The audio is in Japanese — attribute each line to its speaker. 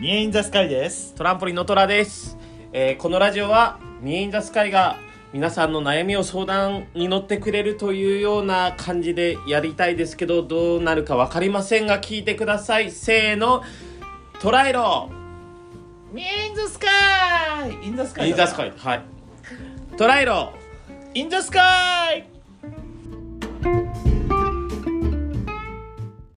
Speaker 1: ミエインザスカイです
Speaker 2: トランポリンのトラです、えーこのラジオはミエインザスカイが皆さんの悩みを相談に乗ってくれるというような感じでやりたいですけどどうなるか分かりませんが聞いてくださいせーのトライロ
Speaker 1: ミエインザスカイインザスカイ
Speaker 2: インザスカイはいトライロ
Speaker 1: インザスカイ